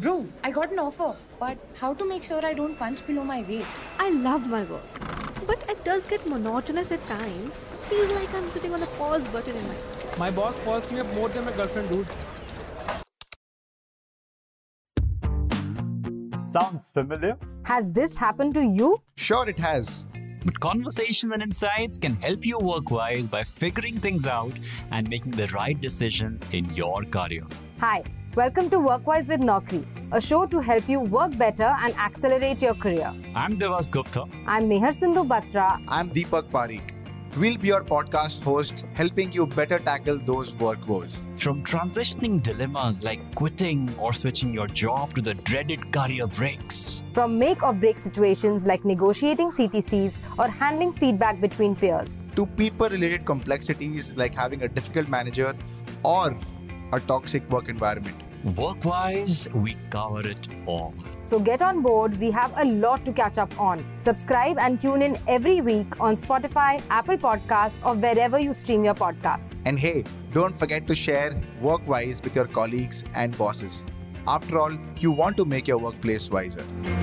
Bro, I got an offer, but how to make sure I don't punch below my weight? I love my work, but it does get monotonous at times. Feels like I'm sitting on the pause button in my My boss calls me up more than my girlfriend, dude. Sounds familiar? Has this happened to you? Sure, it has. But conversations and insights can help you work wise by figuring things out and making the right decisions in your career. Hi, welcome to Workwise with Naukri, a show to help you work better and accelerate your career. I'm Devas Gupta. I'm Meher Sindhu Batra. I'm Deepak Parikh. We'll be your podcast hosts, helping you better tackle those work woes. From transitioning dilemmas like quitting or switching your job to the dreaded career breaks. From make or break situations like negotiating CTCs or handling feedback between peers. To people related complexities like having a difficult manager or a toxic work environment. Work wise, we cover it all. So get on board, we have a lot to catch up on. Subscribe and tune in every week on Spotify, Apple Podcasts, or wherever you stream your podcasts. And hey, don't forget to share work wise with your colleagues and bosses. After all, you want to make your workplace wiser.